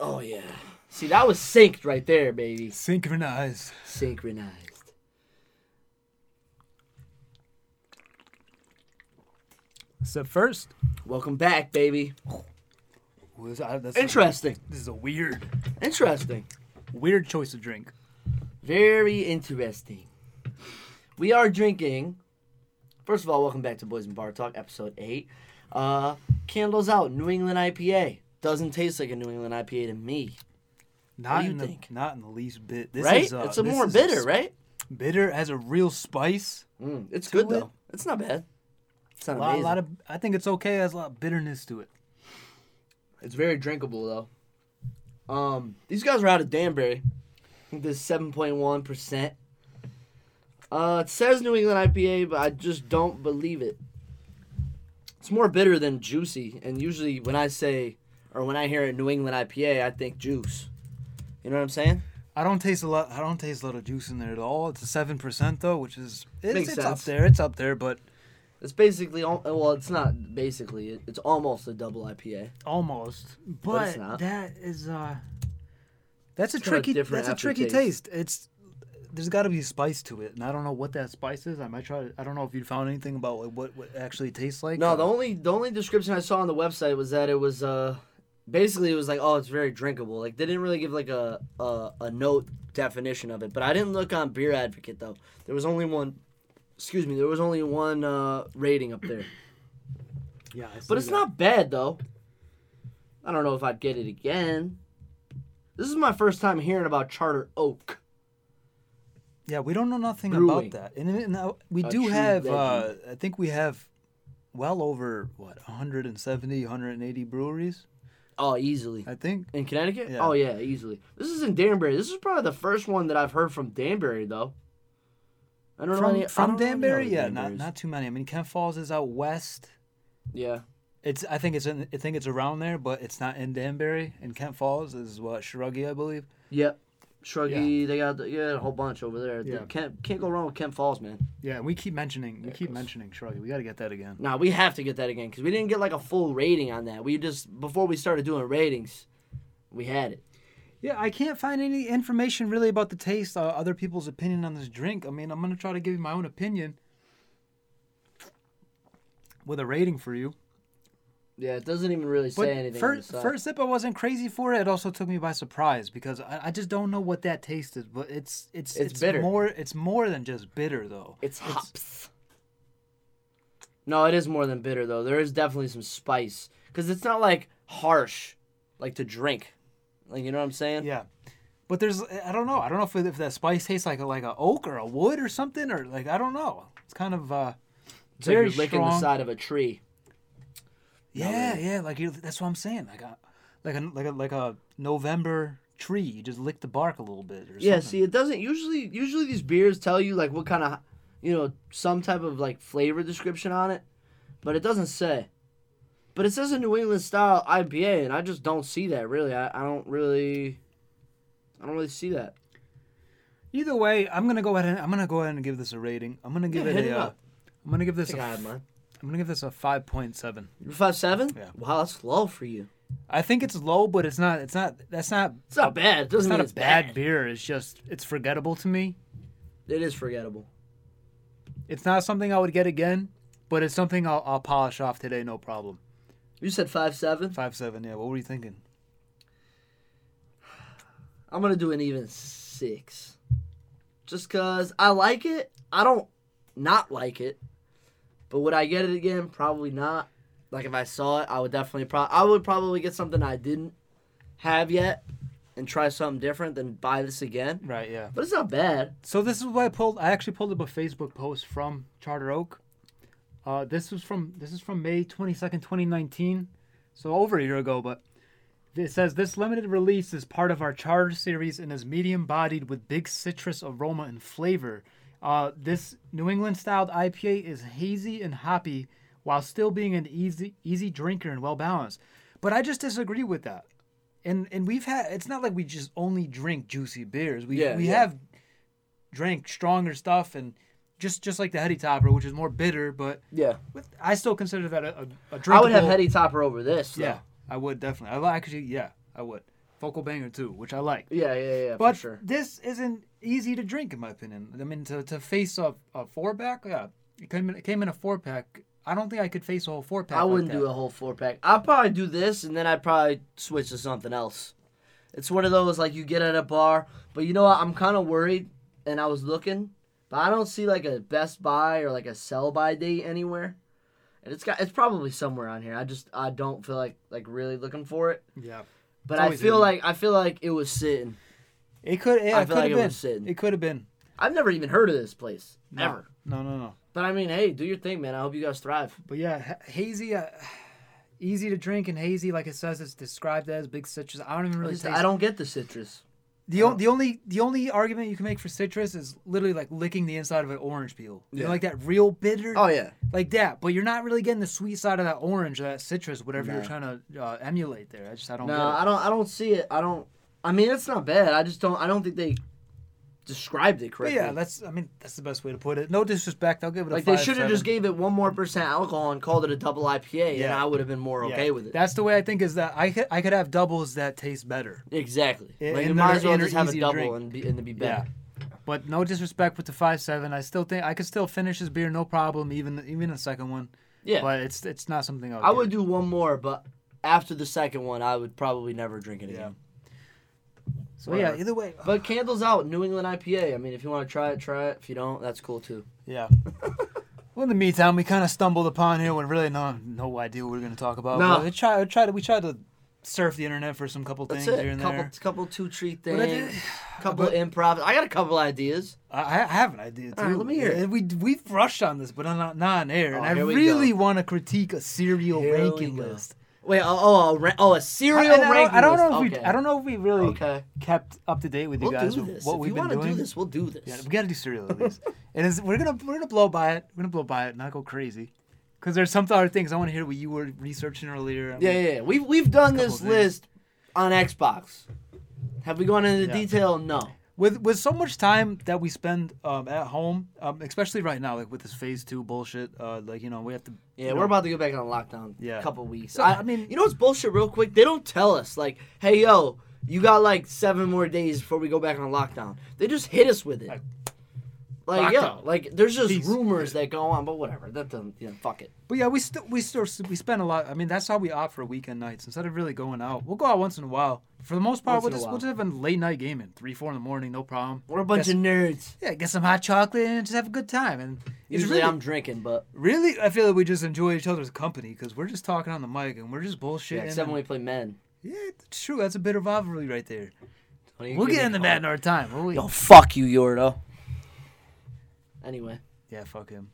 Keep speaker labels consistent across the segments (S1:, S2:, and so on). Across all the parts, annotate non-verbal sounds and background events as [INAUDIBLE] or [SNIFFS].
S1: Oh yeah. See, that was synced right there, baby.
S2: Synchronized.
S1: Synchronized.
S2: So first,
S1: Welcome back, baby.
S2: was, I, that's
S1: Interesting.
S2: this is a weird,
S1: Interesting.
S2: weird choice of drink.
S1: Very interesting. We are drinking. First of all, welcome back to Boys and Bar Talk, episode eight. Uh, candles out, New England IPA. Doesn't taste like a New England IPA to me,
S2: Not
S1: do you
S2: in the,
S1: think?
S2: not in the least bit. This
S1: right?
S2: is uh,
S1: it's a
S2: this
S1: more
S2: is
S1: bitter,
S2: s-
S1: right?
S2: Bitter has a real spice.
S1: Mm, it's
S2: to
S1: good though.
S2: it.
S1: It's not bad. It's not
S2: A lot, a
S1: amazing.
S2: lot of. I think it's okay. It has a lot of bitterness to it.
S1: It's very drinkable though. Um, these guys are out of Danbury. I think this seven point one percent. Uh, it says New England IPA, but I just don't believe it. It's more bitter than juicy, and usually when I say or when I hear a New England IPA, I think juice. You know what I'm saying?
S2: I don't taste a lot. I don't taste a lot of juice in there at all. It's a seven percent though, which is it's,
S1: Makes
S2: it's up
S1: sense.
S2: there. It's up there, but
S1: It's basically al- well, it's not basically. it- It's almost a double IPA.
S2: almost.
S1: But it's not.
S2: that is uh, that's a
S1: It's got a
S2: tricky.
S1: different
S2: that's a tricky
S1: aftertaste.
S2: taste. It's there's got to be spice to it, and I don't know what that spice is. I might try. to- I don't know if you found anything about like, what what it actually tastes like.
S1: No, the
S2: Uh,
S1: only the only description I saw on the website was that it was uh basically it was like oh it's very drinkable. Like they didn't really give like a a, a note definition of it. But I didn't look on Beer Advocate though. There was only one excuse me, there was only one uh rating up [CLEARS THROAT] there.
S2: yeah, I
S1: But
S2: see
S1: it's
S2: that.
S1: not bad though. I don't know if I'd get it again. This is my first time hearing about Charter Oak.
S2: Yeah, we don't know nothing
S1: Brewing.
S2: about that, and, and uh, we
S1: A
S2: do
S1: true
S2: have. Uh,
S1: legend.
S2: I think we have well over what 170, 180 breweries.
S1: Oh, easily.
S2: I think.
S1: In Connecticut?
S2: Yeah.
S1: Oh yeah, easily. This is in Danbury. This is probably the first one that I've heard from Danbury though. I don't know
S2: from
S1: any, I
S2: from
S1: don't know any
S2: Danbury,
S1: other
S2: yeah, not
S1: Danburys.
S2: not too many. I mean, Kent Falls is out west.
S1: Yeah.
S2: It's I think it's in, I think it's around there, but it's not in Danbury. And Kent Falls is what Shruggy, I believe.
S1: Yep. Shruggy, they got the, yeah, a whole bunch over there. They
S2: Yeah.
S1: Can't can't go wrong with Kent Falls, man.
S2: Yeah, we keep mentioning we
S1: it
S2: keep
S1: goes.
S2: mentioning Shruggy. We got to get that again.
S1: Nah, we have to get that again because we didn't get like a full rating on that. We just before we started doing ratings, we had it.
S2: Yeah, I can't find any information really about the taste, uh, other people's opinion on this drink. I mean, I'm gonna try to give you my own opinion with a rating for you.
S1: Yeah, it doesn't even really say anything. on the
S2: first,
S1: side.
S2: first sip, I wasn't crazy for it. It also took me by surprise because I, I just don't know what that taste is. But it's it's
S1: It's bitter.
S2: More, it's more than just bitter though.
S1: it's hops. No, it is more than bitter though. There is definitely some spice because it's not like harsh, like to drink. Like you know what I'm saying?
S2: Yeah, but there's I don't know. I don't know if it, if that spice tastes like a, like a oak or a wood or something or like I don't know. It's kind of uh,
S1: It's like you're
S2: very
S1: licking
S2: strong.
S1: the side of a tree.
S2: Yeah, yeah, like you that's what I'm saying. Like a like a like a like a November tree. You just lick the bark a little bit or
S1: Yeah,
S2: something.
S1: see, it doesn't usually. Usually, these beers tell you like what kind of, you know, some type of like flavor description on it, but it doesn't say. But it says a New England style IPA, and I just don't see that really. I, I don't really, I don't really see that.
S2: Either way, I'm gonna go ahead and I'm gonna go ahead and give this a rating. I'm gonna give
S1: Yeah,
S2: it
S1: hit
S2: a
S1: it
S2: uh,
S1: up.
S2: I'm gonna give this a
S1: I
S2: f- I'm gonna give this a five point seven.
S1: You're five seven.
S2: Yeah.
S1: Wow, that's low for you.
S2: I think it's low, but it's not. It's not. That's not.
S1: It's not bad. It
S2: It's
S1: doesn't
S2: not
S1: mean
S2: a
S1: it's
S2: bad,
S1: bad.
S2: beer. It's just it's forgettable to me.
S1: It is forgettable.
S2: It's not something I would get again, but it's something I'll, I'll polish off today, no problem.
S1: You said five seven.
S2: Five seven. Yeah. What were you thinking?
S1: I'm gonna do an even six, just cause I like it. I don't not like it, but would I get it again? Probably not. Like if I saw it, I would definitely pro- I would probably get something I didn't have yet, and try something different than buy this again.
S2: Right. Yeah.
S1: But it's not bad.
S2: So this is what I pulled. I actually pulled up a Facebook post from Charter Oak. Uh, this was from this is from May twenty second, twenty nineteen, so over a year ago. But it says this limited release is part of our Charter series and is medium bodied with big citrus aroma and flavor. Uh, this New England styled IPA is hazy and hoppy while still being an easy easy drinker and well balanced. But I just disagree with that. And and we've had it's not like we just only drink juicy beers. We
S1: Yeah,
S2: we
S1: yeah.
S2: have drank stronger stuff and just just like the heady topper, which is more bitter, but
S1: Yeah,
S2: with, I still consider that a, a, a drinkable.
S1: I would have Hetty Topper over this. Though.
S2: Yeah, I would definitely. I li- actually, yeah, I would. If Focal Banger too, which I like.
S1: Yeah, yeah, yeah,
S2: But
S1: for sure.
S2: this isn't easy to drink, in my opinion. I mean, to, to face a, a four pack, yeah, it came in, it came in a four pack. I don't think I could face a whole four pack.
S1: I wouldn't do a whole four pack. I'd probably do this, and then I'd probably switch to something else. It's one of those like you get at a bar, but you know what? I'm kind of worried, and I was looking, but I don't see like a Best Buy or like a sell by date anywhere. And it's got it's probably somewhere on here. I just I don't feel like like really looking for it.
S2: Yeah,
S1: But
S2: It's
S1: I
S2: always
S1: feel
S2: hidden.
S1: like I feel like it was sitting.
S2: it could. Yeah,
S1: I
S2: it
S1: feel
S2: could
S1: like
S2: have
S1: it
S2: been.
S1: was sitting.
S2: It could have been.
S1: I've never even heard of this place
S2: No.
S1: ever.
S2: No, no, no.
S1: But I mean, hey, do your thing, man. I hope you guys thrive.
S2: But yeah, h- hazy, uh, easy to drink and hazy, like it says, it's described as big citrus. I don't even really taste.
S1: I don't get the citrus.
S2: The, o- the only the only argument you can make for citrus is literally like licking the inside of an orange peel. You know,
S1: Yeah.
S2: like that real bitter,
S1: Oh yeah,
S2: like that. But you're not really getting the sweet side of that orange or that citrus, whatever you're
S1: No.
S2: trying to uh, emulate there. I just I don't.
S1: No,
S2: get it.
S1: I don't. I don't see it. I don't. I mean, it's not bad. I just don't. I don't think they described it
S2: But
S1: correctly.
S2: yeah, that's I mean that's the best way to put it. No disrespect, I'll give it a
S1: like they
S2: five.
S1: should have
S2: seven.
S1: just gave it one more percent alcohol and called it a double IPA, and
S2: Yeah.
S1: I would have been more
S2: Yeah.
S1: okay with it.
S2: That's the way I think is that I could I could have doubles that taste better.
S1: Exactly.
S2: Yeah,
S1: like
S2: and
S1: you might
S2: they're-
S1: as well
S2: and they're
S1: just have a
S2: easy to
S1: double
S2: drink.
S1: and be and to be better.
S2: But no disrespect with the five seven. I still think I could still finish this beer no problem, even even the second one.
S1: Yeah.
S2: But it's it's not something I would,
S1: I
S2: do.
S1: would do one more, but after the second one, I would probably never drink it
S2: Yeah.
S1: again.
S2: So yeah,
S1: whatever.
S2: either way.
S1: But candles out, New England IPA. I mean, if you want to try it, try it. If you don't, that's cool too.
S2: [LAUGHS] Yeah. well, in the meantime, we kind of stumbled upon here with really no no idea what we are going to talk about.
S1: No.
S2: But we tried we tried to, we tried to surf the internet for some couple
S1: That's
S2: things here
S1: it.
S2: and
S1: Couple,
S2: there.
S1: couple two tree
S2: But I
S1: things.
S2: did-
S1: Couple improv. I got a couple ideas.
S2: I, I have an idea too.
S1: All right, let me hear it.
S2: Yeah, We we've rushed on this, but not not on
S1: Oh,
S2: air. and I
S1: here we
S2: really want to critique a cereal
S1: Here we
S2: ranking
S1: go.
S2: list.
S1: Wait, oh, oh, a ra- oh a
S2: I-
S1: cereal
S2: and I, don't,
S1: ranking
S2: I don't know
S1: list.
S2: if
S1: okay.
S2: we I don't know if we really
S1: Okay,
S2: kept up to date with you
S1: we'll
S2: guys
S1: do
S2: with
S1: this.
S2: what
S1: if
S2: we've
S1: you
S2: been
S1: want to
S2: doing.
S1: do this, we'll do this.
S2: Yeah, we gotta do cereal at
S1: [LAUGHS]
S2: least. and it's, we're gonna we're gonna blow by it. We're gonna blow by it, not go crazy. Cause there's some other things I want to hear what you were researching earlier.
S1: yeah, yeah, yeah. We've we've done
S2: Couple
S1: this
S2: things.
S1: list on Xbox. Have we gone into
S2: Yeah.
S1: detail? No.
S2: With with so much time that we spend um, at home, um, especially right now, like with this phase two bullshit, uh, like you know we have to.
S1: Yeah,
S2: you
S1: we're
S2: know,
S1: about to go back on lockdown.
S2: Yeah.
S1: a couple weeks.
S2: So,
S1: I,
S2: I mean-
S1: you know what's bullshit? Real quick, they don't tell us like, hey, yo, you got like seven more days before we go back on lockdown. They just hit us with it.
S2: Like,
S1: Like yeah,
S2: lockdown.
S1: like there's just
S2: Peace.
S1: rumors that go on, but whatever. That doesn't, you know, fuck it.
S2: But yeah, we still we still we spend a lot. I mean, that's how we opt for weekend nights instead of really going out. We'll go out once in a while. For the most part,
S1: Once in
S2: we'll
S1: a
S2: just we'll
S1: while.
S2: just have a late night gaming, three four in the morning, no problem.
S1: We're a bunch
S2: Yes.
S1: of nerds.
S2: Yeah, get some hot chocolate and just have a good time. And it's
S1: Usually
S2: really,
S1: I'm drinking, but
S2: really, I feel like we just enjoy each other's company because we're just talking on the mic and we're just bullshitting.
S1: yeah,
S2: and-
S1: except when we play men.
S2: yeah, it's true. That's a bit of rivalry right there.
S1: Don't even
S2: We'll
S1: give
S2: get
S1: me
S2: into
S1: call.
S2: that in our time. will we?
S1: Yo, fuck you, Yordo. Anyway,
S2: Yeah, fuck him.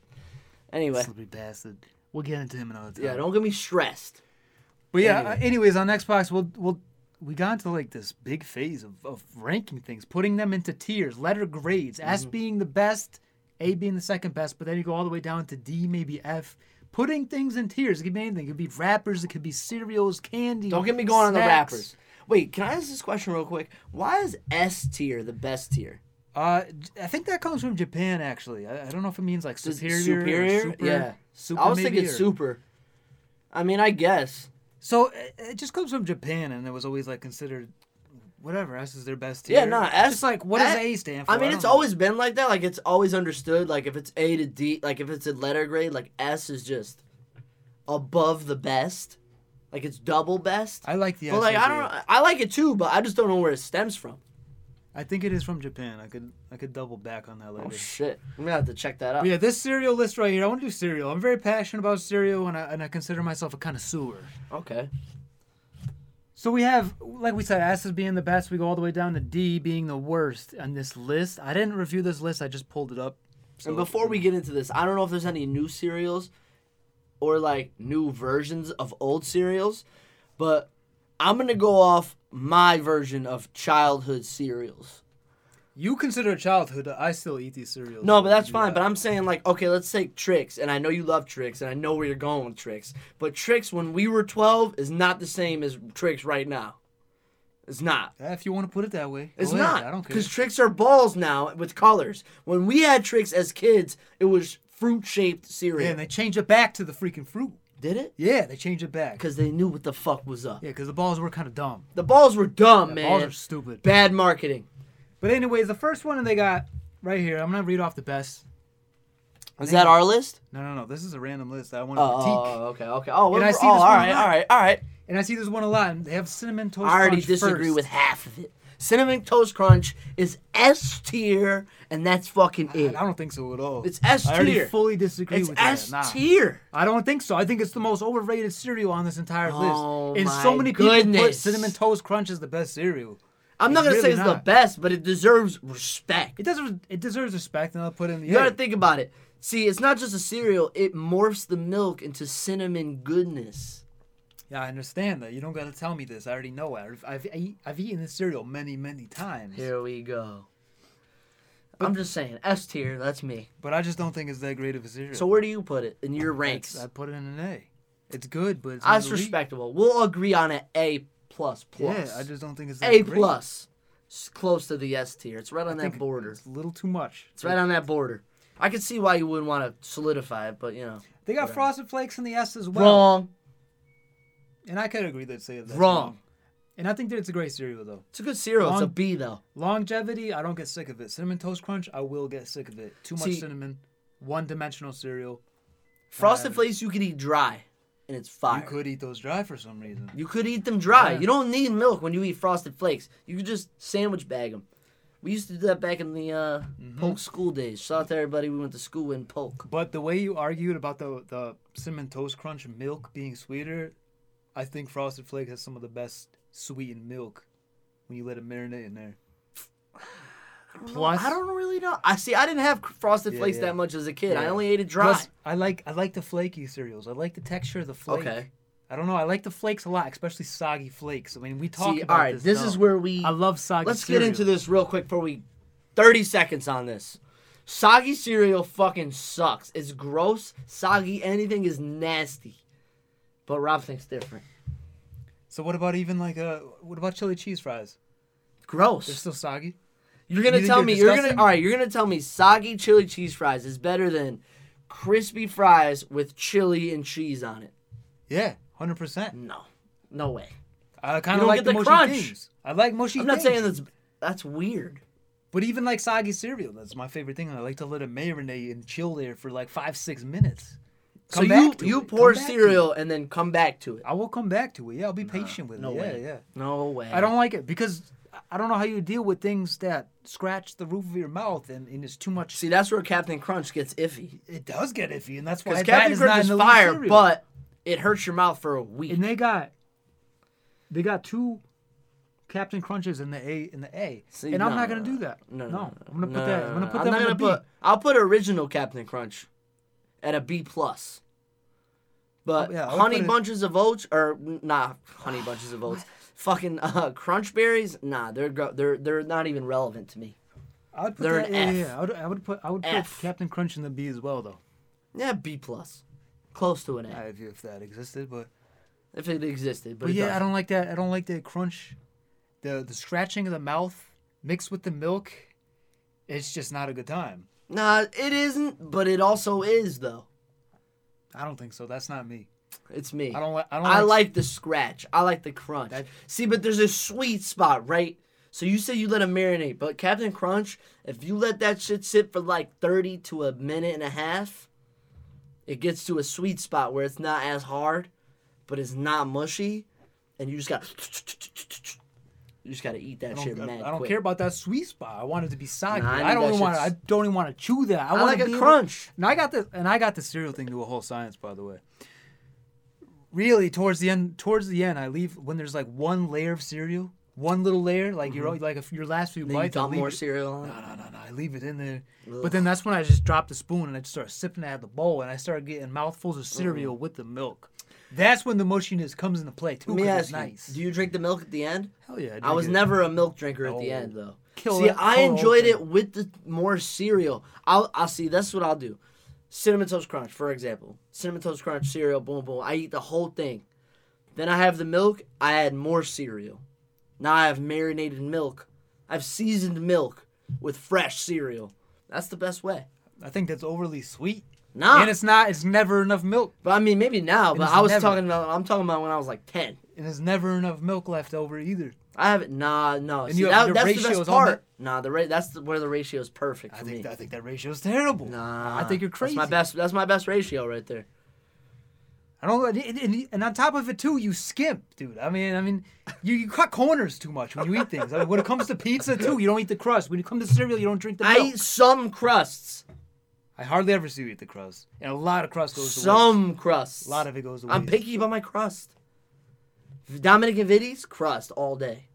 S1: anyway,
S2: Slippery bastard. We'll get into him another time.
S1: yeah, don't get me stressed.
S2: But yeah,
S1: Anyway.
S2: uh, anyways, on Xbox, we'll we'll we got into like this big phase of, of ranking things, putting them into tiers, letter grades. S
S1: Mm-hmm.
S2: being the best, A being the second best, but then you go all the way down to D, maybe F. Putting things in tiers. It could be anything. It could be wrappers. It could be cereals, candy.
S1: Don't get me going on the
S2: snacks.
S1: rappers. Wait, can I ask this question real quick? Why is S tier the best tier?
S2: Uh, j- I think that comes from Japan. Actually, I, I don't know if it means like
S1: Does
S2: superior. or super,
S1: yeah.
S2: Super
S1: I was
S2: maybe,
S1: thinking
S2: or-
S1: super. I mean, I guess.
S2: So it, it just comes from Japan, and it was always like considered. Whatever S is their best tier.
S1: Yeah, nah,
S2: It's
S1: S-
S2: Just like what does
S1: A-
S2: A stand for?
S1: I mean,
S2: don't
S1: it's
S2: know.
S1: always been like that. Like it's always understood. Like if it's A to D, like if it's a letter grade, like S is just above the best. Like it's double best.
S2: I like the.
S1: but like I don't. I like it too, but I just don't know where it stems from.
S2: I think it is from Japan. I could I could double back on that later.
S1: Oh shit! I'm gonna have to check that out.
S2: But yeah, this cereal list right here. I want to do cereal. I'm very passionate about cereal, and I and I consider myself a connoisseur.
S1: Okay.
S2: So we have, like we said, S as being the best. We go all the way down to D being the worst on this list. I didn't review this list. I just pulled it up. So-
S1: and before we get into this, I don't know if there's any new cereals or like new versions of old cereals, but I'm gonna go off my version of childhood cereals.
S2: you consider childhood, I still eat these cereals.
S1: No, but that's fine. But I'm saying like, okay, let's take tricks, and I know you love tricks, and I know where you're going with tricks. But tricks when we were 12 is not the same as tricks right now. It's not.
S2: if you want to put it that way,
S1: It's
S2: go ahead. I
S1: not
S2: don't care.
S1: because tricks are balls now with colors. When we had tricks as kids, it was fruit shaped cereal.
S2: Yeah, and they change it back to the freaking fruit.
S1: Did it?
S2: Yeah, they changed it back.
S1: Because they knew what the fuck was up.
S2: Yeah, because the balls were kind of dumb.
S1: The balls were dumb,
S2: The
S1: man.
S2: balls are stupid.
S1: Bad marketing.
S2: But anyways, the first one they got right here. I'm gonna read off the best.
S1: Is that our list?
S2: No, no, no. This is a random list. I want to
S1: Oh,
S2: critique.
S1: oh, okay, okay. Oh,
S2: Did I
S1: we're-
S2: see
S1: oh all
S2: this one
S1: right,
S2: or not?
S1: all right, all right.
S2: And I see this one a lot. And they have cinnamon toast.
S1: I already
S2: Crunch
S1: disagree
S2: first.
S1: with half of it. Cinnamon Toast Crunch is S tier, and that's fucking
S2: I
S1: it.
S2: I don't think so at all.
S1: Eh. It's S
S2: I already
S1: tier.
S2: fully disagree
S1: It's
S2: with
S1: S
S2: that. Nah.
S1: tier.
S2: I don't think so. I think it's the most overrated cereal on this entire
S1: Oh,
S2: list. And
S1: my
S2: so many people put
S1: goodness.
S2: cinnamon toast crunch as the best cereal.
S1: I'm not
S2: It's
S1: gonna say
S2: really
S1: it's the
S2: not.
S1: best, but it deserves respect.
S2: It deserves it deserves respect, and I'll put it in the
S1: You gotta
S2: A.
S1: think about it. See, it's not just a cereal; it morphs the milk into cinnamon goodness.
S2: Yeah, I understand that. You don't gotta tell me this. I already know. I've I've, eat- I've eaten this cereal many many times.
S1: Here we go. I'm just saying S tier. That's me.
S2: But I just don't think it's that great of a cereal.
S1: So where do you put it in your ranks?
S2: It's- I put it in an A. It's good, but it's not
S1: That's
S2: elite.
S1: respectable. We'll agree on an A plus plus.
S2: Yeah, I just don't think it's that
S1: A
S2: great.
S1: plus. It's close to the S tier. It's right on
S2: I
S1: that
S2: think
S1: border.
S2: It's a little too much.
S1: It's right on that border. I can see why you wouldn't want to solidify it, but you know.
S2: They got
S1: Whatever.
S2: frosted flakes in the S as well.
S1: Wrong.
S2: And I could agree that say that's
S1: Wrong.
S2: And I think that it's a great cereal though.
S1: It's a good cereal. It's a
S2: Wrong.
S1: B though.
S2: Longevity, I don't get sick of it. Cinnamon Toast Crunch, I will get sick of it. Too much
S1: See-
S2: cinnamon, one dimensional cereal.
S1: Frosted
S2: Whatever.
S1: Flakes you can eat dry, and it's fire.
S2: You could eat those dry for some reason.
S1: eat them dry.
S2: Yeah.
S1: You don't need milk when you eat Frosted Flakes. You could just sandwich bag them. We used to do that back in the uh,
S2: Mm-hmm.
S1: Polk school days. Shout out to everybody we went to school in Polk.
S2: But the way you argued about the the cinnamon toast crunch milk being sweeter, I think Frosted Flakes has some of the best sweetened milk when you let it marinate in there. Plus,
S1: I don't really know. I see. I didn't have Frosted
S2: Yeah,
S1: Flakes
S2: yeah.
S1: that much as a kid. I
S2: Yeah.
S1: only ate it dry.
S2: plus I like I like the flaky cereals. I like the texture of the flake.
S1: Okay.
S2: I don't know. I like the flakes a lot, especially soggy flakes. I mean, we talk
S1: see, all
S2: about
S1: right. This,
S2: this.
S1: is
S2: now.
S1: where we.
S2: I love soggy.
S1: Let's
S2: cereal.
S1: get into this real quick before we. 30 seconds on this. Soggy cereal fucking sucks. It's gross. Soggy anything is nasty. But Rob thinks different.
S2: So what about even like uh what about chili cheese fries? They're
S1: Gross.
S2: still soggy.
S1: You're gonna
S2: you think
S1: tell
S2: they're
S1: me you're gonna
S2: disgusting?
S1: all right. You're gonna tell me soggy chili cheese fries is better than crispy fries with chili and cheese on it.
S2: Yeah, hundred percent.
S1: No, no way.
S2: I
S1: You
S2: kind
S1: don't
S2: of like
S1: get
S2: the
S1: the
S2: mushy
S1: crunch.
S2: things. I like mushy.
S1: I'm not
S2: things.
S1: saying that's that's weird.
S2: But even like soggy cereal, that's my favorite thing. I like to let it marinate and chill there for like five, six minutes.
S1: So
S2: Come
S1: you
S2: back to
S1: you
S2: it.
S1: pour
S2: Come back to
S1: cereal and then come back to it.
S2: it. I will come back to it. Yeah, I'll be patient with
S1: no
S2: it.
S1: way.
S2: Yeah, yeah.
S1: No way.
S2: I don't like it because I- I don't know how you deal with things that scratch the roof of your mouth and, and it's too much.
S1: see. That's where Captain Crunch gets iffy.
S2: It does get iffy, and that's why
S1: Because
S2: that
S1: Captain
S2: is
S1: Crunch
S2: not
S1: is
S2: an elite
S1: fire,
S2: cereal.
S1: but it hurts your mouth for a week.
S2: and they got they got two Captain Crunches in the A in the A,
S1: See,
S2: and I'm
S1: no,
S2: not
S1: no,
S2: gonna
S1: no.
S2: do that.
S1: No, no, no,
S2: I'm
S1: no,
S2: gonna put that.
S1: no,
S2: I'm gonna
S1: no,
S2: put
S1: I'm
S2: that
S1: not
S2: in the B.
S1: put. I'll put original Captain Crunch at a B plus. But
S2: Oh, yeah, I would
S1: honey
S2: put it-
S1: bunches of oats or nah, honey bunches of
S2: [SIGHS]
S1: oats. Fucking uh, crunch berries, nah, they're gro- they're they're not even relevant to me.
S2: I would put
S1: They're
S2: that,
S1: an
S2: yeah,
S1: F.
S2: yeah, yeah. I would, I would put I would put
S1: F.
S2: Captain Crunch in the B as well, though.
S1: Yeah, B plus, close to an A
S2: if, if that existed, but
S1: if it existed. But,
S2: but
S1: it
S2: yeah, I
S1: doesn't.
S2: don't like that. I don't like the crunch, the the scratching of the mouth mixed with the milk. It's just not a good time.
S1: Nah, it isn't, but it also is though.
S2: I don't think so. That's not me.
S1: It's me.
S2: I don't like. I don't.
S1: I like the scratch. I like the crunch.
S2: That-
S1: See, but there's a sweet spot, right? So you say you let it marinate, but Captain Crunch, if you let that shit sit for like 30 to a minute and a half, it gets to a sweet spot where it's not as hard, but it's not mushy, and you just got [SNIFFS] you just got to eat that
S2: I
S1: shit
S2: don't,
S1: mad
S2: I- I don't
S1: quick.
S2: care about that sweet spot. I want it to be soggy.
S1: Nah, I need
S2: I, don't
S1: that
S2: even want. to I
S1: shit's-
S2: don't even want to chew that. I,
S1: I
S2: want
S1: like
S2: to
S1: a
S2: be able-
S1: crunch.
S2: And I got the and I got the cereal thing to a whole science, by the way. Really, towards the end, towards the end, I leave when there's like one layer of cereal, one little layer, like your like if your last few
S1: Mm-hmm. Then you
S2: bites. I
S1: dump
S2: leave
S1: more
S2: it-
S1: cereal on. it.
S2: No, no, no, no. I leave it in there, but then that's when I just drop the spoon and I just start sipping out of the bowl, and I start getting mouthfuls of cereal with the milk. That's when the mushiness comes into play too.
S1: Let me
S2: 'cause
S1: ask
S2: it's
S1: you,
S2: nice.
S1: do you drink the milk at the end?
S2: Hell yeah!
S1: I
S2: drink
S1: was
S2: it.
S1: never a milk drinker at the
S2: No.
S1: end though.
S2: Kill
S1: see,
S2: it,
S1: I
S2: kill the whole
S1: enjoyed
S2: thing.
S1: it with the more cereal. I'll, I'll see. That's what I'll do. Cinnamon toast crunch, for example. Cinnamon toast crunch cereal, boom boom. I eat the whole thing. Then I have the milk. I add more cereal. Now I have marinated milk. I've seasoned milk with fresh cereal. That's the best way.
S2: I think that's overly sweet.
S1: Nah,
S2: And it's not. It's never enough milk.
S1: but I mean maybe now.
S2: And
S1: But
S2: it's
S1: I was
S2: never-
S1: talking about. I'm talking about when I was like ten.
S2: And there's never enough milk left over either.
S1: I haven't. Nah, no.
S2: And
S1: See,
S2: you-
S1: that-
S2: your
S1: that's the
S2: ratio
S1: best
S2: is on
S1: part. Nah, the ra- that's the, where the ratio is perfect for
S2: I think.
S1: me.
S2: I think that ratio is terrible.
S1: Nah,
S2: I think you're crazy.
S1: Uh, That's my best. That's my best ratio right there.
S2: I don't. And, and, and on top of it too, you skimp, dude. I mean, I mean, you, you cut corners too much when you eat things. I mean, when it comes to pizza too, you don't eat the crust. When you come to cereal, you don't drink the
S1: I
S2: milk.
S1: eat some crusts.
S2: I hardly ever see you eat the crust, and a lot of crust goes to waste.
S1: Some crusts.
S2: A lot of it goes to waste.
S1: I'm picky about my crust. Dominic and Vitti's crust all day.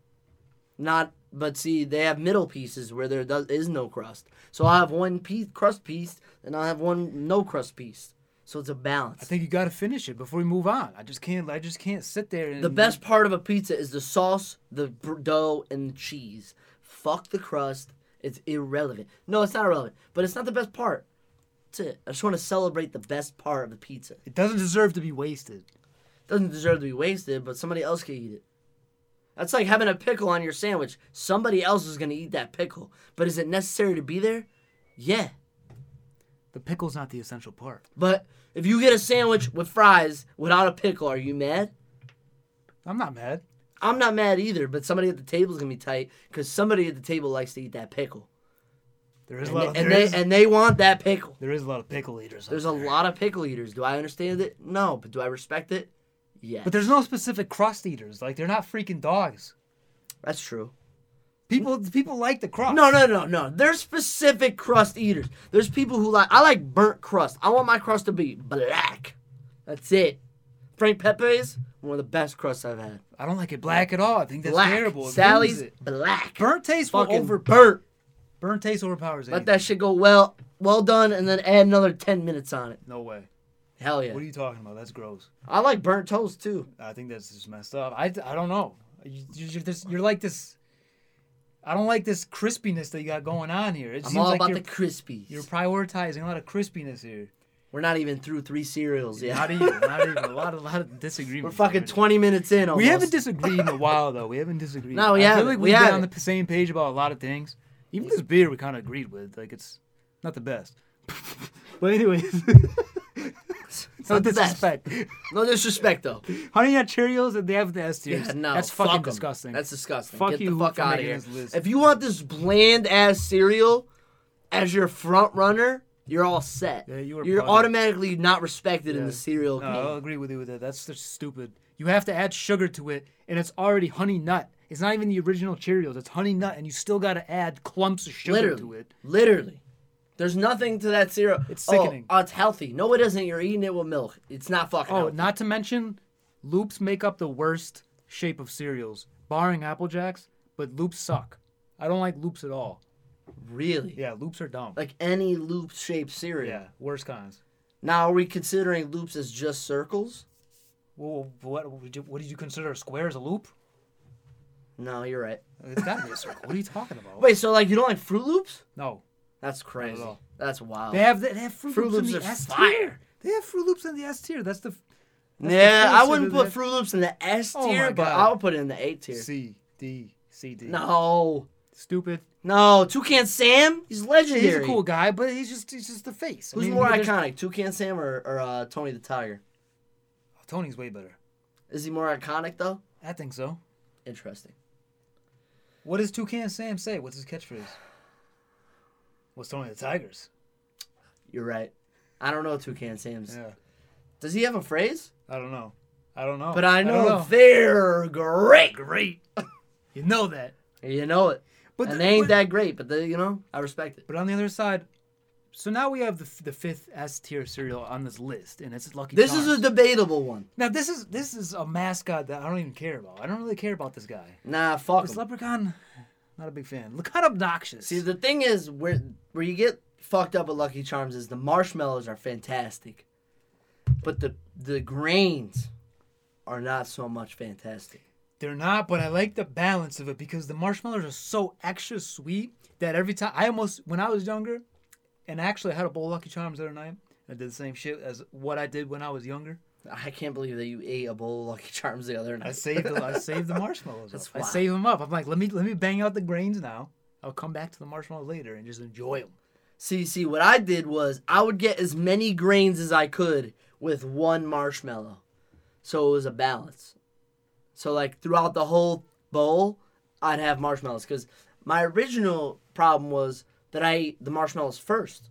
S1: Not, but see, they have middle pieces where there does, is no crust. So I have one piece, crust piece, and I have one no crust piece. So it's a balance.
S2: I think you got to finish it before we move on. I just can't. I just can't sit there. And
S1: the best part of a pizza is the sauce, the br- dough, and the cheese. Fuck the crust. It's irrelevant. No, it's not irrelevant, but it's not the best part. That's it. I just want to celebrate the best part of the pizza.
S2: It doesn't deserve to be wasted.
S1: doesn't deserve to be wasted, but somebody else could eat it. That's like having a pickle on your sandwich. Somebody else is gonna eat that pickle, but is it necessary to be there? Yeah,
S2: The pickle's not the essential part.
S1: but if you get a sandwich with fries without a pickle, are you mad?
S2: I'm not mad.
S1: I'm not mad either, but somebody at the table's gonna be tight because somebody at the table likes to eat that pickle,
S2: There is a
S1: and
S2: lot.
S1: they,
S2: Of,
S1: and
S2: there
S1: they,
S2: is-
S1: and they want that pickle.
S2: there is a lot of pickle eaters. out
S1: There's a
S2: there.
S1: lot of pickle eaters. Do I understand it? No, but do I respect it? Yeah,
S2: But there's no specific crust eaters. Like they're not freaking dogs.
S1: that's true.
S2: People people like the crust.
S1: No, no, no, no. There's specific crust eaters. There's people who like. I like burnt crust. I want my crust to be black. That's it. Frank Pepe's one of the best crusts I've had.
S2: I don't like it black at all. I think that's
S1: Black.
S2: terrible. It ruins
S1: Sally's
S2: it.
S1: black.
S2: burnt taste will
S1: Fucking
S2: over
S1: burnt.
S2: burnt taste overpowers.
S1: Let
S2: anything.
S1: that shit go well, well done, and then add another ten minutes on it.
S2: No way.
S1: Hell yeah.
S2: What are you talking about? That's gross.
S1: I like burnt toast too.
S2: I think that's just messed up. I, I don't know. You, you're, you're this, you're like this. I don't like this crispiness that you got going on here. It
S1: I'm
S2: seems
S1: all
S2: like
S1: about
S2: you're,
S1: the crispies.
S2: you're prioritizing a lot of crispiness here.
S1: We're not even through three cereals yet.
S2: Not even. Not even. A lot, a lot of disagreement.
S1: We're fucking 20 minutes in. Almost.
S2: We haven't disagreed in a while though. We haven't disagreed.
S1: No, we
S2: I
S1: haven't.
S2: feel like
S1: We
S2: we've been
S1: haven't.
S2: on the p- same page about a lot of things. Even this beer, we kind of agreed with. Like it's not
S1: [LAUGHS]
S2: the best. but [LAUGHS] anyways,
S1: It's
S2: no
S1: not the best.
S2: disrespect.
S1: No disrespect
S2: [LAUGHS]
S1: though.
S2: Honey Nut Cheerios, they have the S tier.
S1: Yeah, no,
S2: that's
S1: fuck
S2: fucking
S1: 'em.
S2: disgusting.
S1: That's disgusting.
S2: Fuck
S1: Get
S2: you
S1: the fuck
S2: for
S1: out of
S2: making
S1: here.
S2: this list.
S1: If you want this bland ass cereal as your front runner, you're all set.
S2: Yeah, you are
S1: you're
S2: fucked.
S1: automatically not respected in
S2: Yeah.
S1: the cereal
S2: No,
S1: game.
S2: I'll agree with you with that. That's just stupid. You have to add sugar to it, and it's already honey nut. It's not even the original Cheerios. It's honey nut, and you still got to add clumps of sugar
S1: literally,
S2: to it.
S1: literally. There's nothing to that cereal.
S2: It's
S1: Oh,
S2: sickening.
S1: Oh, it's healthy. No, it isn't. You're eating it with milk. It's not fucking.
S2: Oh,
S1: healthy.
S2: not to mention, loops make up the worst shape of cereals, barring Apple Jacks. But loops suck. I don't like loops at all.
S1: really.
S2: Yeah, loops are dumb.
S1: Like any loop-shaped cereal.
S2: yeah, worst kinds.
S1: Now, are we considering loops as just circles?
S2: Well, what would you- what did you consider a square as a loop?
S1: No, you're right.
S2: It's got to be a circle. what are you talking about?
S1: [LAUGHS] Wait, so like you don't like Fruit Loops?
S2: No,
S1: That's crazy.
S2: all.
S1: That's wild.
S2: They have the, they have Fruit,
S1: Froot
S2: Loops,
S1: Loops
S2: in the
S1: are
S2: S tier.
S1: fire.
S2: They have Fruit Loops in the S tier. That's the f- that's the
S1: Yeah, I
S2: fancy
S1: wouldn't
S2: that
S1: put Fruit Loops in the S
S2: Oh my
S1: tier, but
S2: God.
S1: I'll put it in the A
S2: they-
S1: tier.
S2: C D C D.
S1: No,
S2: stupid.
S1: no, Toucan Sam, he's legendary.
S2: He's a cool guy, but he's just he's just the face. I
S1: Who's
S2: mean,
S1: more
S2: there's-
S1: iconic, Toucan Sam or, or uh, Tony the Tiger?
S2: Oh, Tony's way better.
S1: Is he more iconic though?
S2: I think so.
S1: Interesting.
S2: What does Toucan Sam say? What's his catchphrase? What's Tony the Tigers?
S1: You're right. I don't know Toucan Sam's.
S2: Yeah,
S1: Does he have a phrase?
S2: I don't know. I don't know.
S1: But I know,
S2: don't
S1: they're great.
S2: Great. you know that.
S1: You know it,
S2: But
S1: and
S2: the-
S1: they ain't
S2: but-
S1: that great, but they, you know, I respect it.
S2: But on the other side, so now we have the, f- the fifth S tier cereal on this list, and it's Lucky.
S1: This
S2: Charms.
S1: is a debatable one.
S2: Now this is this is a mascot that I don't even care about. I don't really care about this guy.
S1: Nah, fuck
S2: This
S1: 'em.
S2: leprechaun, not a big fan. Look how obnoxious.
S1: See, the thing is, where where you get fucked up with Lucky Charms is the marshmallows are fantastic, but the the grains are not so much fantastic.
S2: They're not, but I like the balance of it because the marshmallows are so extra sweet that every time I almost when I was younger, and actually I had a bowl of Lucky Charms the other night. I did the same shit as what I did when I was younger.
S1: I can't believe that you ate a bowl of Lucky Charms the other night.
S2: I saved the, I saved the [LAUGHS] marshmallows.
S1: That's
S2: up. I
S1: wild.
S2: save them up. I'm like, let me let me bang out the grains now. I'll come back to the marshmallows later and just enjoy them.
S1: See, see, what I did was I would get as many grains as I could with one marshmallow. So it was a balance. So, like, throughout the whole bowl, I'd have marshmallows. Because my original problem was that I ate the marshmallows first.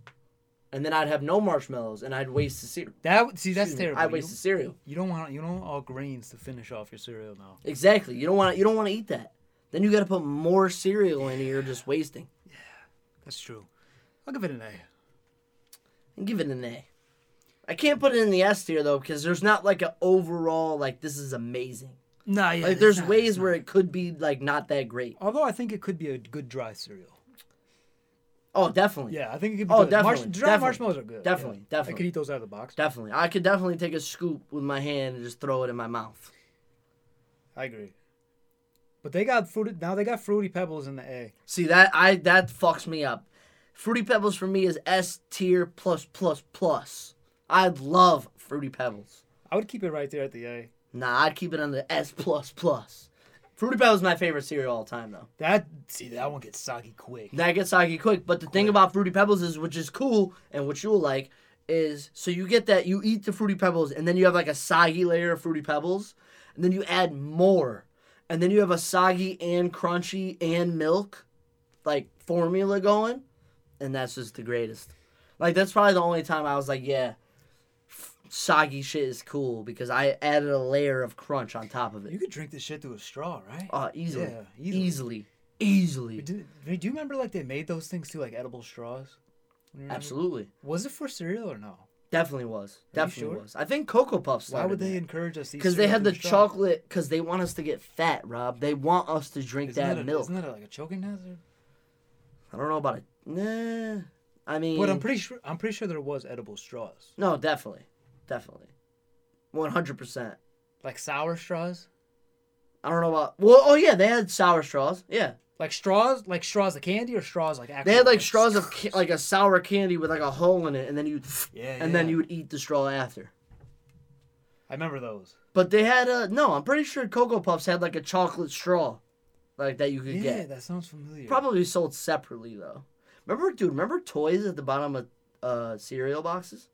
S1: And then I'd have no marshmallows and I'd waste the cereal.
S2: That see,
S1: Excuse
S2: that's
S1: me,
S2: terrible.
S1: I
S2: You
S1: waste the
S2: don't-
S1: cereal.
S2: You don't want you don't want all grains to finish off your cereal now.
S1: Exactly. You don't want you don't want to eat that. Then you got to put more cereal in and you're just wasting.
S2: That's true. I'll give it an A.
S1: And give it an A. I can't put it in the S tier though because there's not like an overall like this is amazing.
S2: Nah, yeah.
S1: Like
S2: it's [LAUGHS]
S1: there's
S2: not-
S1: ways
S2: it's
S1: where
S2: not.
S1: it could be like not that great.
S2: Although I think it could be a good dry cereal.
S1: Oh, definitely.
S2: Yeah, I think it could be
S1: Oh,
S2: good. Marsh-
S1: definitely,
S2: dry
S1: definitely,
S2: marshmallows are good.
S1: definitely,
S2: yeah. I
S1: definitely.
S2: could eat those out of the box.
S1: Definitely. I could definitely take a scoop with my hand and just throw it in my mouth.
S2: I agree. But they got fruity now they got fruity pebbles in the A.
S1: See that I that fucks me up. Fruity Pebbles for me is S tier plus plus plus. I love Fruity Pebbles.
S2: I would keep it right there at the A.
S1: Nah, I'd keep it on the S plus plus. Fruity Pebbles is my favorite cereal all the time though.
S2: That see that one gets soggy quick.
S1: That gets soggy quick, but the thing about Fruity Pebbles is, which is cool and which you'll like, is so you get that you eat the Fruity Pebbles and then you have like a soggy layer of Fruity Pebbles, and then you add more, and then you have a soggy and crunchy and milk, like formula going, and that's just the greatest. Like that's probably the only time I was like, yeah, f- soggy shit is cool because I added a layer of crunch on top of it.
S2: You could drink this shit through a straw, right?
S1: Uh, easily,
S2: Yeah, easily.
S1: easily, easily,
S2: Do, do you remember like they made those things too, like edible straws? You remember?
S1: absolutely.
S2: Was it for cereal or no?
S1: Definitely was.
S2: Are you
S1: Definitely
S2: sure?
S1: was. I think Cocoa Puffs.
S2: Why would they encourage us?
S1: Because they had the chocolate. Because they want us to get fat, Rob. They want us to drink
S2: Isn't
S1: that
S2: that a-
S1: milk.
S2: Isn't that like a choking hazard?
S1: I don't know about it. Nah. I mean.
S2: But I'm pretty sure. I'm pretty sure there was edible straws,
S1: no, definitely, definitely, one hundred percent.
S2: like sour straws,
S1: I don't know about. Well, oh yeah, they had sour straws. Yeah,
S2: like straws, like straws of candy or straws like. Actual
S1: they had like
S2: ones?
S1: straws of ca- like a sour candy with like a hole in it, and then you.
S2: Yeah,
S1: And then
S2: yeah.
S1: you would eat the straw after.
S2: I remember those.
S1: But they had uh no. I'm pretty sure Cocoa Puffs had like a chocolate straw, like that you could
S2: Yeah,
S1: get.
S2: that sounds familiar.
S1: Probably sold separately though. Remember, dude? Remember toys at the bottom of uh, cereal boxes?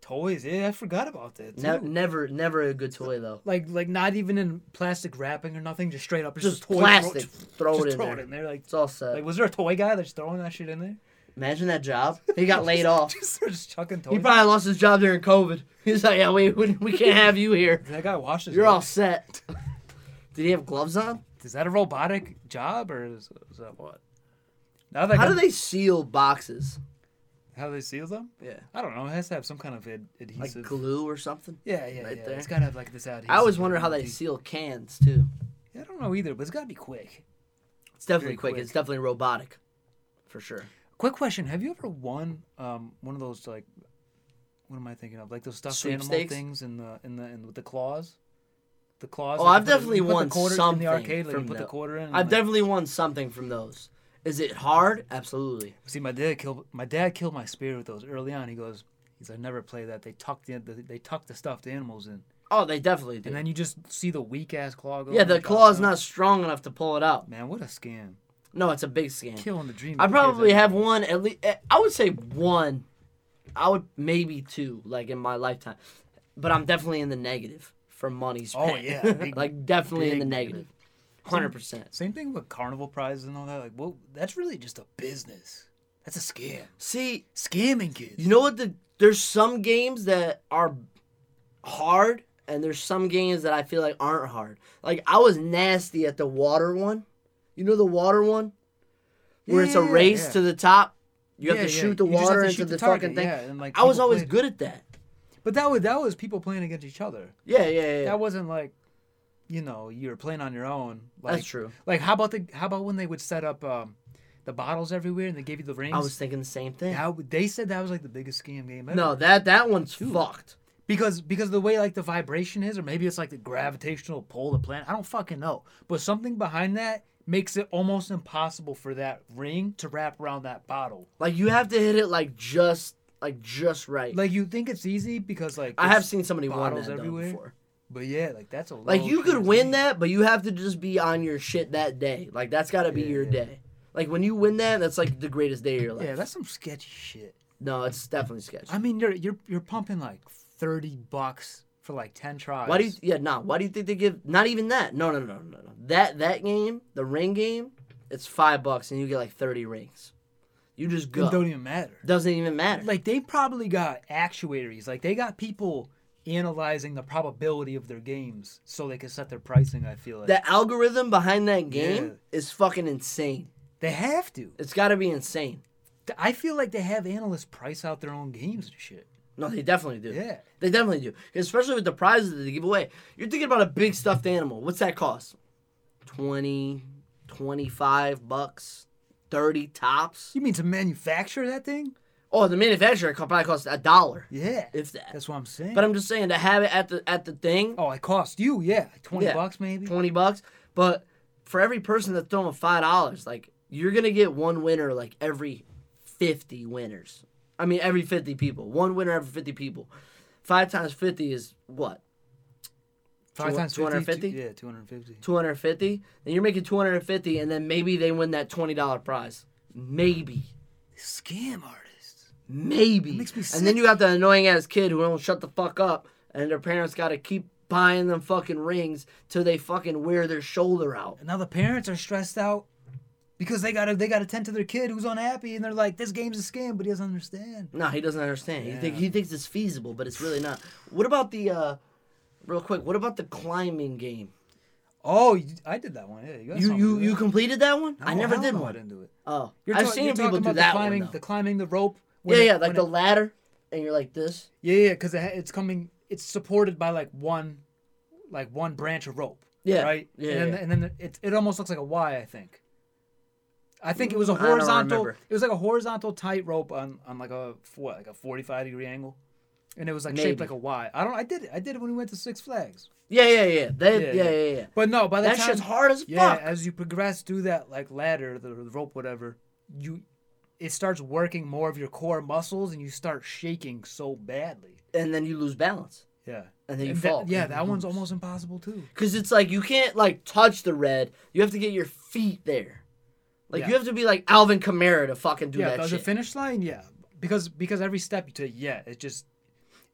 S2: toys. Yeah, I forgot about that. Too.
S1: Ne- never, never a good toy though.
S2: like, like not even in plastic wrapping or nothing. [LAUGHS] Just straight up, it's
S1: Just
S2: a toy throw-
S1: plastic. Throw,
S2: just
S1: it in
S2: throw
S1: there.
S2: it in there. Like,
S1: It's all set.
S2: like was there a toy guy that's throwing that shit in there?
S1: Imagine that job. He got
S2: [LAUGHS]
S1: laid off.
S2: just, they're just chucking toys.
S1: He probably lost his job during COVID. [LAUGHS] He's like, yeah, we we, we can't have you here.
S2: that guy washes.
S1: You're all set. [LAUGHS] Did he have gloves on?
S2: Is that a robotic job or is, is that what? Now that
S1: How
S2: I'm-
S1: do they seal boxes?
S2: how they seal them?
S1: Yeah,
S2: I don't know. It has to have some kind of ad-
S1: like
S2: adhesive.
S1: glue or something.
S2: yeah, yeah,
S1: right
S2: yeah.
S1: there.
S2: It's gotta have like this adhesive.
S1: I always wonder how they
S2: adhesive.
S1: seal cans too.
S2: I don't know either, but it's gotta be quick.
S1: It's definitely
S2: Very
S1: quick.
S2: quick.
S1: It's definitely robotic, for sure.
S2: Quick question: Have you ever won um one of those like what am I thinking of? Like those stuffed animal
S1: Sweepstakes?
S2: things in the in the in, with the claws. The claws.
S1: Oh,
S2: like, you
S1: I've
S2: put the-
S1: definitely
S2: you put the
S1: won
S2: quarter in
S1: something
S2: the arcade. Like you
S1: from
S2: put the
S1: tho-
S2: quarter in. and,
S1: I've
S2: like,
S1: definitely won something from those. Is it hard? Absolutely.
S2: See, my dad killed my dad killed my spirit with those early on. He goes, he's like, never play that. They tuck the they tuck the stuffed animals in,
S1: Oh, they definitely do.
S2: and then you just see the weak ass claw go.
S1: yeah,
S2: in
S1: the
S2: and drop
S1: claw's
S2: down.
S1: not strong enough to pull it out.
S2: Man, what a scam!
S1: No, it's a big scam.
S2: Killing the dream.
S1: I
S2: of the kids
S1: probably
S2: out
S1: have
S2: there.
S1: one at least. I would say one. I would maybe two, like in my lifetime. But I'm definitely in the negative for money spent. [LAUGHS]
S2: Oh, yeah, big-
S1: like definitely in the
S2: big
S1: negative.
S2: negative.
S1: Hundred percent.
S2: Same thing with carnival prizes and all that. Like, well, that's really just a business. That's a scam.
S1: See,
S2: Scamming kids.
S1: You know what? The there's some games that are hard, and there's some games that I feel like aren't hard. Like I was nasty at the water one. You know the water one, where it's a
S2: Yeah, yeah,
S1: race
S2: yeah.
S1: to the top. You
S2: Yeah,
S1: have to
S2: yeah.
S1: shoot the
S2: You just have
S1: water
S2: to
S1: into
S2: shoot
S1: the,
S2: the target,
S1: fucking thing.
S2: yeah, and, like,
S1: I was
S2: people
S1: always
S2: played-
S1: good at that.
S2: but that was that was people playing against each other.
S1: Yeah, yeah, yeah.
S2: That wasn't like, you know, you were playing on your own. Like,
S1: That's true.
S2: Like, how about the how about when they would set up um, the bottles everywhere and they gave you the rings?
S1: I was thinking the same thing.
S2: That w- they said that was like the biggest scam game ever.
S1: no, that that one's fucked.
S2: because because of the way like the vibration is, or maybe it's like the gravitational pull of the planet. I don't fucking know, but something behind that makes it almost impossible for that ring to wrap around that bottle.
S1: Like you have to hit it like just like just right.
S2: Like you think it's easy because like
S1: I
S2: it's-
S1: have seen somebody win
S2: bottles
S1: that though,
S2: everywhere.
S1: before.
S2: but yeah, like that's a
S1: Like
S2: low
S1: you could
S2: chance
S1: win
S2: game.
S1: that, but you have to just be on your shit that day. Like that's got to be your day. Like when you win that, that's like the greatest day of your life.
S2: Yeah, that's some sketchy shit.
S1: no, it's definitely sketchy.
S2: I mean, you're you're you're pumping like thirty bucks for like ten tries.
S1: Why do you? Yeah, nah. Why do you think they give? Not even that. No, no, no, no, no. That that game, the ring game, it's five bucks and you get like thirty rings. You just
S2: It
S1: go.
S2: don't even matter.
S1: Doesn't even matter.
S2: Like they probably got actuaries. Like they got people analyzing the probability of their games so they can set their pricing. I feel like
S1: the algorithm behind that game is fucking insane.
S2: they have to.
S1: It's got to be insane.
S2: Th- I feel like they have analysts price out their own games and shit.
S1: No, they definitely do.
S2: Yeah.
S1: They definitely do. Especially with the prizes that they give away. You're thinking about a big stuffed animal. What's that cost? 20, 25 bucks, 30 tops.
S2: You mean to manufacture that thing?
S1: Oh, the manufacturer co- probably costs a dollar,
S2: Yeah.
S1: if that.
S2: That's what I'm saying.
S1: But I'm just saying to have it at the at the thing,
S2: oh, it cost you, yeah, twenty
S1: Yeah.
S2: bucks maybe.
S1: 20 bucks. But for every person that's throwing five dollars, like you're gonna get one winner like every 50 winners. I mean, every 50 people. One winner every 50 people. Five times 50 is what?
S2: Five
S1: Two-
S2: times
S1: 250?
S2: Two, yeah, two hundred fifty.
S1: 250 and you're making 250 and then maybe they win that $20 prize maybe
S2: Scam artists.
S1: maybe
S2: makes me
S1: and then
S2: sick.
S1: you got the annoying ass kid who won't shut the fuck up and their parents gotta keep buying them fucking rings till they fucking wear their shoulder out
S2: And now the parents are stressed out because they gotta they gotta tend to their kid who's unhappy, and they're like, "This game's a scam," but he doesn't understand.
S1: no he doesn't understand he, think,
S2: Yeah.
S1: he thinks it's feasible but it's really not what about the uh real quick what about the climbing game
S2: Oh, you, I did that one. Yeah, you got
S1: you
S2: something to
S1: you
S2: do
S1: you
S2: that.
S1: completed that one i
S2: No,
S1: never
S2: hell
S1: did
S2: no, I
S1: one
S2: didn't do it.
S1: oh
S2: You're
S1: i've
S2: ta-
S1: seen
S2: you're talking
S1: people do
S2: about
S1: that
S2: the climbing,
S1: one
S2: the
S1: though.
S2: climbing the rope. when
S1: yeah
S2: it-
S1: yeah like
S2: when
S1: the
S2: it-
S1: ladder and you're like this
S2: Yeah, yeah, because it, ha- it's coming. It's supported by like one, like one branch of rope.
S1: Yeah,
S2: Right.
S1: yeah,
S2: And then,
S1: yeah.
S2: and then it it almost looks like a Y. I think. I think it was a
S1: Mm, I don't
S2: horizontal.
S1: remember.
S2: It was like a horizontal tight rope on on like a what like a forty five degree angle, and it was like
S1: Maybe.
S2: shaped like a Y. I don't. I did it. I did it when we went to Six Flags.
S1: yeah yeah yeah they,
S2: Yeah,
S1: yeah yeah
S2: yeah.
S1: yeah, yeah.
S2: But no, by the
S1: That
S2: time
S1: shit's hard as
S2: yeah,
S1: fuck.
S2: as you progress through that like ladder, the, the rope, whatever, you it starts working more of your core muscles, and you start shaking so badly.
S1: and then you lose balance
S2: Yeah.
S1: and then you
S2: And that-
S1: fall.
S2: yeah, that one's almost impossible too.
S1: because it's like you can't like touch the red. You have to get your feet there. Like you
S2: Yeah.
S1: have to be like Alvin Kamara to fucking do
S2: yeah,
S1: that
S2: the,
S1: shit.
S2: the finish line, yeah, because because every step you take, yeah, it just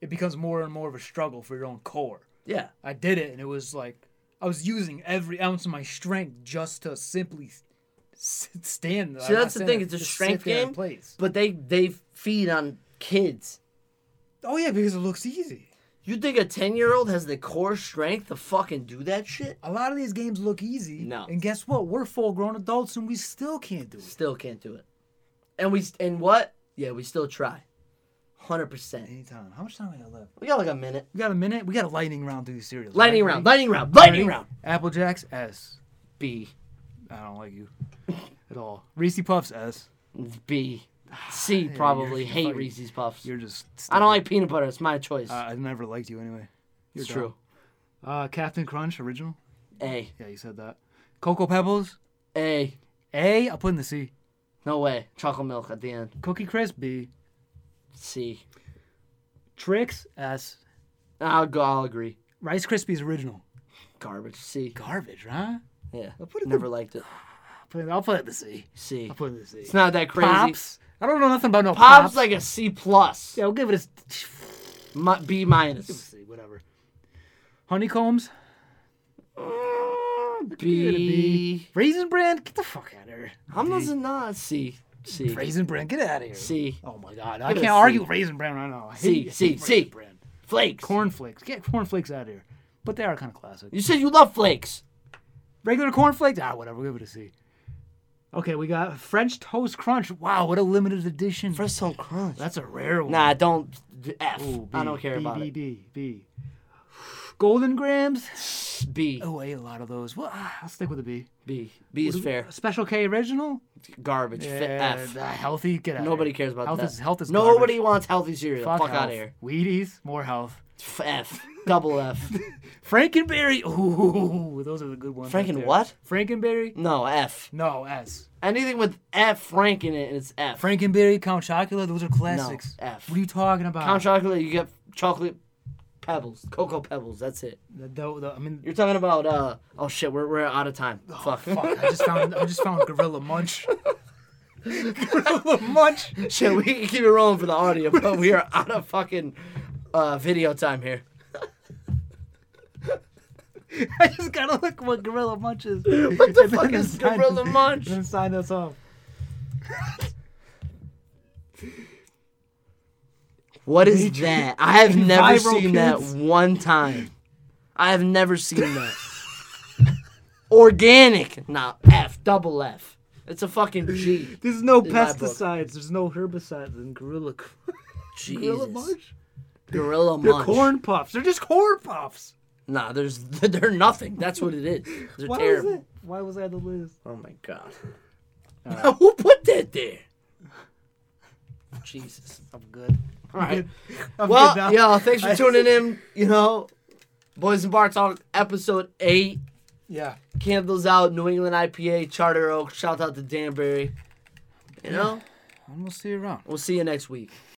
S2: it becomes more and more of a struggle for your own core.
S1: yeah,
S2: I did it, and it was like I was using every ounce of my strength just to simply s- s- stand.
S1: See, that's the thing, it's a strength game.
S2: Place.
S1: but they they feed on kids.
S2: Oh yeah, because it looks easy.
S1: You think a ten year old has the core strength to fucking do that shit?
S2: A lot of these games look easy.
S1: No.
S2: And guess what? We're full grown adults, and we still can't do it.
S1: Still can't do it. And we and what? Yeah, we still try. Hundred percent.
S2: Anytime. How much time we got left?
S1: We got like a minute.
S2: We got a minute. We got a lightning round through these cereals.
S1: Lightning
S2: right?
S1: round.
S2: Ready?
S1: Lightning round. Lightning
S2: Ready?
S1: round.
S2: Apple Jacks S.
S1: B
S2: I don't like you at all. Reese Puffs S.
S1: B [SIGHS] C
S2: you're-
S1: probably
S2: you're
S1: hate
S2: fucking-
S1: Reese's Puffs.
S2: You're just.
S1: I don't like peanut butter. It's my choice.
S2: Uh, I never liked you anyway. You're
S1: it's true.
S2: dumb. Uh, Captain Crunch original.
S1: A
S2: Yeah, you said that. Cocoa Pebbles
S1: A.
S2: A. I'll put in the C.
S1: No way. Chocolate milk at the end.
S2: Cookie Crisp B.
S1: C.
S2: Tricks S.
S1: I'll go. I'll agree.
S2: Rice Krispies original.
S1: Garbage. C.
S2: Garbage, huh?
S1: Yeah.
S2: I'll put it
S1: Never liked it.
S2: I'll put it, I'll put it in the C.
S1: C.
S2: I'll put it in the C.
S1: It's not that crazy. Pops.
S2: Pops. I don't know nothing about no
S1: Pops,
S2: pops.
S1: like a C plus.
S2: yeah, we'll give it a s-
S1: Mi- B minus.
S2: C, whatever. Honeycombs. Give it a
S1: B.
S2: Raisin Bran. Get the fuck out of here.
S1: I'm not not C. C.
S2: Raisin Bran. Get out of here.
S1: C.
S2: Oh my god, I
S1: Give it a
S2: can't
S1: C.
S2: argue with Raisin Bran right now. I
S1: C,
S2: hate, I
S1: C,
S2: hate
S1: C.
S2: Raisin Bran.
S1: Flakes.
S2: Cornflakes. Get cornflakes out of here. But they are kind of classic.
S1: You said you love flakes.
S2: Regular cornflakes? Ah, whatever. We'll give it a C. Okay, we got French Toast Crunch. Wow, what a limited edition.
S1: Frisson crunch.
S2: That's a rare one.
S1: Nah, don't. F.
S2: Ooh,
S1: I
S2: B,
S1: don't care
S2: B,
S1: about
S2: B,
S1: it.
S2: B, B. Golden Grams.
S1: B.
S2: Oh, I ate a lot of those. Well, ah, I'll stick with a B.
S1: B. B is fair.
S2: Special K Original.
S1: Garbage. Fi-
S2: Yeah,
S1: F.
S2: nah, healthy. Get out. of
S1: Nobody
S2: here.
S1: cares about
S2: health
S1: that.
S2: is health is
S1: Nobody
S2: garbage.
S1: wants healthy cereal. Fuck, out
S2: health.
S1: of here.
S2: Wheaties. More health.
S1: F. F. Double
S2: [LAUGHS]
S1: F.
S2: Frankenberry. Ooh, those are the good ones.
S1: Franken
S2: there.
S1: what?
S2: Frankenberry.
S1: No, F.
S2: No S.
S1: Anything with F Frank in it, it's F.
S2: Frankenberry, Count Chocula. Those are classics.
S1: F.
S2: What are you talking about?
S1: Count chocolate, you get chocolate Pebbles, Cocoa Pebbles. That's it.
S2: The, the, the- I mean,
S1: You're talking about uh oh shit, we're we're out of time. fuck.
S2: Oh, fuck! I just found I just found Gorilla Munch. Gorilla Munch.
S1: [LAUGHS]
S2: [LAUGHS]
S1: shit, we can keep it rolling for the audio, but we are out of fucking uh video time
S2: [LAUGHS]
S1: here.
S2: I just gotta look what Gorilla Munch is.
S1: What the
S2: And
S1: fuck
S2: then
S1: is
S2: sign-
S1: Gorilla Munch?
S2: Then sign us off.
S1: What is that? I have never
S2: Viral
S1: seen that
S2: kids.
S1: one time. I have never seen that.
S2: [LAUGHS]
S1: Organic, nah, F, double F. It's a fucking G.
S2: There's no
S1: In my book.
S2: pesticides. There's no herbicides in Gorilla Gorilla
S1: Jesus.
S2: Munch.
S1: Gorilla
S2: They're
S1: Munch.
S2: corn puffs. They're just corn puffs.
S1: Nah, there's [LAUGHS] they're nothing. That's what it is. They're
S2: Why was
S1: terrible.
S2: it? Why was I on the list?
S1: Oh my god. [LAUGHS] Who put that there? Jesus.
S2: I'm good.
S1: All right.
S2: I'm good now.
S1: Well, y'all, thanks for tuning in. You know, Boys and Bar Talk, episode eight.
S2: Yeah.
S1: Candles out, New England IPA, Charter Oak. Shout out to Danbury. You know,
S2: And we'll see you around.
S1: we'll see you next week.